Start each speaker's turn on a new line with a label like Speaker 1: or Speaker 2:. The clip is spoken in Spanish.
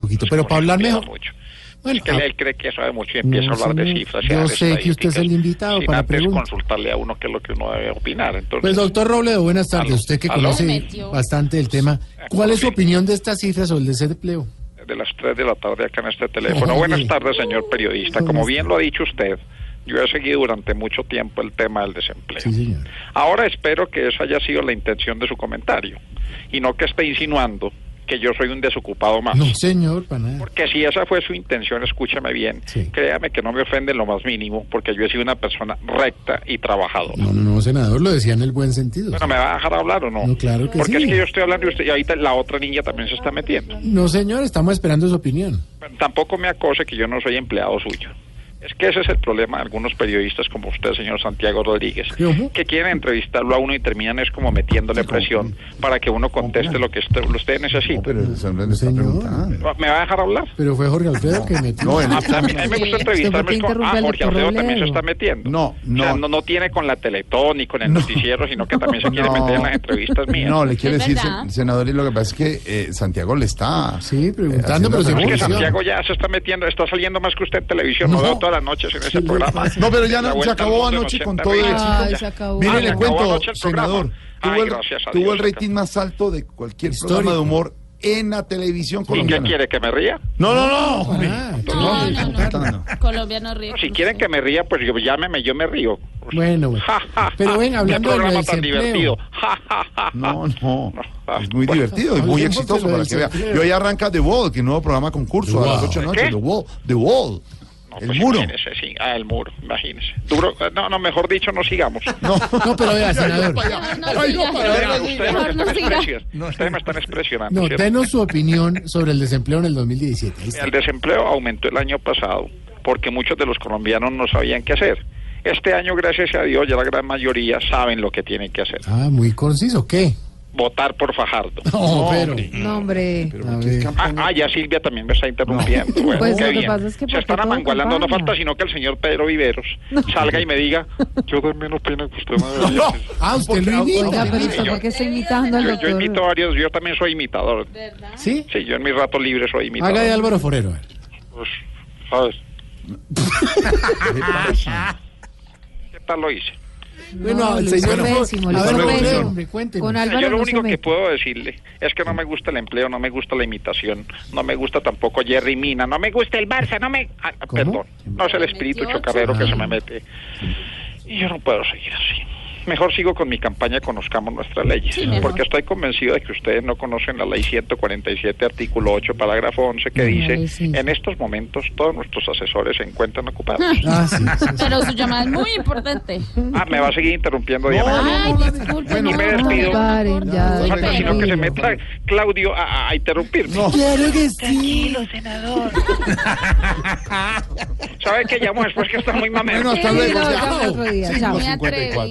Speaker 1: Pues
Speaker 2: poquito, pero para hablar mejor.
Speaker 1: Mucho.
Speaker 2: Bueno,
Speaker 1: es que
Speaker 2: ah,
Speaker 1: él cree que sabe mucho y empieza
Speaker 2: no,
Speaker 1: a hablar de
Speaker 2: señor.
Speaker 1: cifras. y
Speaker 2: Yo
Speaker 1: a dar
Speaker 2: sé que usted es el
Speaker 1: estadísticas
Speaker 2: invitado
Speaker 1: sin
Speaker 2: para
Speaker 1: antes
Speaker 2: preguntas.
Speaker 1: consultarle a uno qué es lo que uno debe opinar. Entonces,
Speaker 2: Pues doctor Robledo, buenas tardes.
Speaker 1: Aló,
Speaker 2: Usted que
Speaker 1: aló.
Speaker 2: conoce
Speaker 3: Metió.
Speaker 2: bastante el tema, ¿cuál es su opinión de estas cifras sobre el desempleo?
Speaker 1: de las 3 de la tarde acá en este teléfono.
Speaker 2: Oye.
Speaker 1: Buenas tardes, señor periodista. Como
Speaker 2: Buenas
Speaker 1: bien lo ha dicho usted, yo he seguido durante mucho tiempo el tema del desempleo.
Speaker 2: Sí, señor.
Speaker 1: Ahora espero que esa haya sido la intención de su comentario y no que esté insinuando que yo soy un desocupado más.
Speaker 2: No, señor, para nada.
Speaker 1: Porque si esa fue su intención, escúchame bien,
Speaker 2: Sí.
Speaker 1: créame que no me ofende en lo más mínimo, porque yo he sido una persona recta y trabajadora.
Speaker 2: No, no, no, senador, lo decía en el buen sentido.
Speaker 1: Bueno, ¿me va a dejar hablar o no?
Speaker 2: No, claro que
Speaker 1: Porque
Speaker 2: sí.
Speaker 1: es que yo estoy hablando y, usted, y ahorita la otra niña también se está metiendo.
Speaker 2: No, señor, estamos esperando su opinión.
Speaker 1: Tampoco me acose que yo no soy empleado suyo. Es que ese es el problema de algunos periodistas como usted, señor Santiago Rodríguez,
Speaker 2: Ujú.
Speaker 1: que quieren entrevistarlo a uno y terminan es como metiéndole presión para que uno conteste lo que usted, lo usted necesita.
Speaker 4: pero el señor le está
Speaker 2: Señor.
Speaker 4: preguntando.
Speaker 1: ¿Me va a dejar hablar?
Speaker 2: Pero fue Jorge Alfredo que metió.
Speaker 4: No, en
Speaker 1: Ah, pues, A,
Speaker 4: esta-
Speaker 1: a mí, a mí me gusta
Speaker 3: Sí, ¿usted por
Speaker 1: entrevistarme
Speaker 3: qué
Speaker 1: con...
Speaker 3: interrumpe
Speaker 1: Ah,
Speaker 3: al
Speaker 1: Jorge
Speaker 3: doctor
Speaker 1: Alfredo también se
Speaker 3: Robledo?
Speaker 1: está metiendo.
Speaker 4: No,
Speaker 1: O sea,
Speaker 4: no.
Speaker 1: no, no tiene con la Teletón ni con el
Speaker 4: No.
Speaker 1: noticiero, sino que también se quiere
Speaker 4: No.
Speaker 1: meter en las entrevistas mías.
Speaker 4: No, le quiero
Speaker 3: Es
Speaker 4: decir,
Speaker 3: verdad.
Speaker 4: sen- senador, y lo que pasa es que eh, Santiago le está...
Speaker 2: Sí,
Speaker 4: eh,
Speaker 2: preguntando, pero
Speaker 4: haciendo
Speaker 2: se
Speaker 1: Es que
Speaker 2: Televisión.
Speaker 1: Santiago ya se está metiendo, está saliendo más que usted en televisión. No,
Speaker 2: No.
Speaker 1: veo todas las noches en
Speaker 2: ¿Qué
Speaker 1: ese
Speaker 2: le
Speaker 1: programa.
Speaker 2: pasa?
Speaker 4: No, pero ya
Speaker 1: La
Speaker 4: no- se
Speaker 1: vuelta al
Speaker 4: acabó
Speaker 1: mundo en
Speaker 4: anoche con
Speaker 1: 80
Speaker 4: todo
Speaker 1: países.
Speaker 4: éxito.
Speaker 3: Ay,
Speaker 1: Ya.
Speaker 3: se acabó.
Speaker 4: Mire,
Speaker 1: Ay,
Speaker 4: le
Speaker 1: se acabó
Speaker 4: cuento,
Speaker 1: anoche el programa.
Speaker 4: senador,
Speaker 1: Ay,
Speaker 4: tuvo, el,
Speaker 1: gracias a
Speaker 4: tuvo
Speaker 1: Dios,
Speaker 4: el
Speaker 1: se
Speaker 4: rating más alto de cualquier
Speaker 2: Histórico.
Speaker 4: programa de humor en la televisión
Speaker 1: acabó. ¿Y qué
Speaker 4: colombiana.
Speaker 1: quiere? ¿Que me ría?
Speaker 4: No, no, no. hombre.
Speaker 2: Ah,
Speaker 3: No,
Speaker 2: entonces,
Speaker 3: no,
Speaker 4: contando.
Speaker 3: no. Colombia no ríe.
Speaker 1: No,
Speaker 3: con
Speaker 1: Si quieren que
Speaker 3: usted.
Speaker 1: me ría, pues yo, llámeme, yo me río.
Speaker 2: Bueno, bueno.
Speaker 1: Ja, ja,
Speaker 2: Pero
Speaker 1: ja.
Speaker 2: ven, hablando
Speaker 1: Qué
Speaker 2: de lo
Speaker 1: programa
Speaker 2: del
Speaker 1: tan
Speaker 2: desempleo.
Speaker 1: divertido. Ah, Ja, ja, ja, ja.
Speaker 4: No, no.
Speaker 1: Ah,
Speaker 4: Es muy
Speaker 1: bueno.
Speaker 4: divertido y muy
Speaker 2: Hablemos
Speaker 4: exitoso
Speaker 2: de lo
Speaker 4: para
Speaker 2: del
Speaker 4: que vea.
Speaker 2: desempleo.
Speaker 4: Y hoy arranca The Wall, que nuevo programa concurso
Speaker 2: The
Speaker 4: a las
Speaker 2: Wall.
Speaker 4: 8 de la
Speaker 1: ¿Qué?
Speaker 4: noche. The Wall. The Wall.
Speaker 1: No,
Speaker 4: el
Speaker 1: pues
Speaker 4: muro.
Speaker 1: imagínese, sí. Ah, el muro, imagínese. Duro- eh, no, no, mejor dicho, no sigamos.
Speaker 4: No.
Speaker 2: No, pero vea, senador.
Speaker 3: Mejor no
Speaker 4: Ay, no,
Speaker 3: siga,
Speaker 4: para ver,
Speaker 3: mejor
Speaker 1: Ustedes lo
Speaker 3: no
Speaker 1: que
Speaker 3: siga, mejor no
Speaker 1: están
Speaker 3: siga.
Speaker 1: expresion- ustedes me están expresionando.
Speaker 2: No,
Speaker 1: ¿cierto?
Speaker 2: denos su opinión sobre el desempleo en el 2017. Ahí está.
Speaker 1: El desempleo aumentó el año pasado porque muchos de los colombianos no sabían qué hacer. Este año, gracias a Dios, ya la gran mayoría saben lo que tienen que hacer.
Speaker 2: Ah, muy conciso, ¿qué?
Speaker 1: Votar por Fajardo.
Speaker 2: No, pero.
Speaker 5: No, hombre.
Speaker 2: A ver.
Speaker 1: Ah, ah, ya Silvia también me está interrumpiendo. Bueno,
Speaker 5: Pues
Speaker 1: qué
Speaker 5: lo que
Speaker 1: bien.
Speaker 5: pasa es
Speaker 1: Se
Speaker 5: que porque
Speaker 1: están
Speaker 5: todo
Speaker 1: amangualando, no
Speaker 5: acompaña.
Speaker 1: falta sino que el señor Pedro Viveros salga y me diga, yo doy menos pena que usted. me debería
Speaker 4: No.
Speaker 1: hacer".
Speaker 2: Ah, usted lo imita.
Speaker 5: Oiga, pero usted
Speaker 1: Señor.
Speaker 5: por qué está imitando al
Speaker 1: Yo, yo
Speaker 5: doctor.
Speaker 1: imito varios, yo también soy imitador.
Speaker 3: ¿Verdad?
Speaker 2: ¿Sí?
Speaker 1: Sí, yo en mis ratos libres soy imitador.
Speaker 2: Haga de Álvaro Forero. a ver.
Speaker 1: Pues, ¿Sabes? ¿Qué tal lo hice?
Speaker 2: Bueno,
Speaker 5: No,
Speaker 2: el
Speaker 5: lo hizo
Speaker 2: señor.
Speaker 5: pésimo, lo
Speaker 2: a
Speaker 5: hizo
Speaker 2: ver,
Speaker 4: pésimo.
Speaker 2: Forero, hombre, cuéntenos.
Speaker 5: Con Álvaro
Speaker 1: yo lo
Speaker 5: no
Speaker 1: único
Speaker 5: se
Speaker 1: que
Speaker 5: mete.
Speaker 1: puedo decirle es que no me gusta el empleo, no me gusta la imitación, no me gusta tampoco Jerry Mina, no me gusta el Barça, no me... ah,
Speaker 2: ¿Cómo?
Speaker 1: perdón, no es el espíritu
Speaker 3: Metió ocho.
Speaker 1: chocarrero que se
Speaker 2: Ah.
Speaker 1: me mete. Y yo no puedo seguir así. Mejor sigo con mi campaña Conozcamos nuestras leyes,
Speaker 3: Sí, mi amor.
Speaker 1: porque estoy convencido de que ustedes no conocen la ley 147, artículo 8, parágrafo 11, que dice,
Speaker 5: ley, sí.
Speaker 1: en estos momentos todos nuestros asesores se encuentran ocupados.
Speaker 2: Ah, sí, sí, sí.
Speaker 3: Pero su llamada es muy importante.
Speaker 1: ah, me va a seguir interrumpiendo, Diana.
Speaker 3: Ay, disculpe.
Speaker 1: Bueno,
Speaker 3: no,
Speaker 1: me
Speaker 3: no,
Speaker 1: despido.
Speaker 3: no,
Speaker 5: Paren, ya,
Speaker 3: no,
Speaker 1: No
Speaker 5: ya,
Speaker 3: no,
Speaker 1: falta sino que se
Speaker 5: Tranquilo.
Speaker 1: meta Claudio a, a- a interrumpirme.
Speaker 2: Claro que sí.
Speaker 1: ¿Sabe que llamo después que está muy mamero?
Speaker 4: Bueno, hasta
Speaker 5: Sí,
Speaker 4: luego.
Speaker 5: no,
Speaker 4: Chao.
Speaker 5: ya otro día, chao.
Speaker 3: Me atreví.
Speaker 4: 5:54.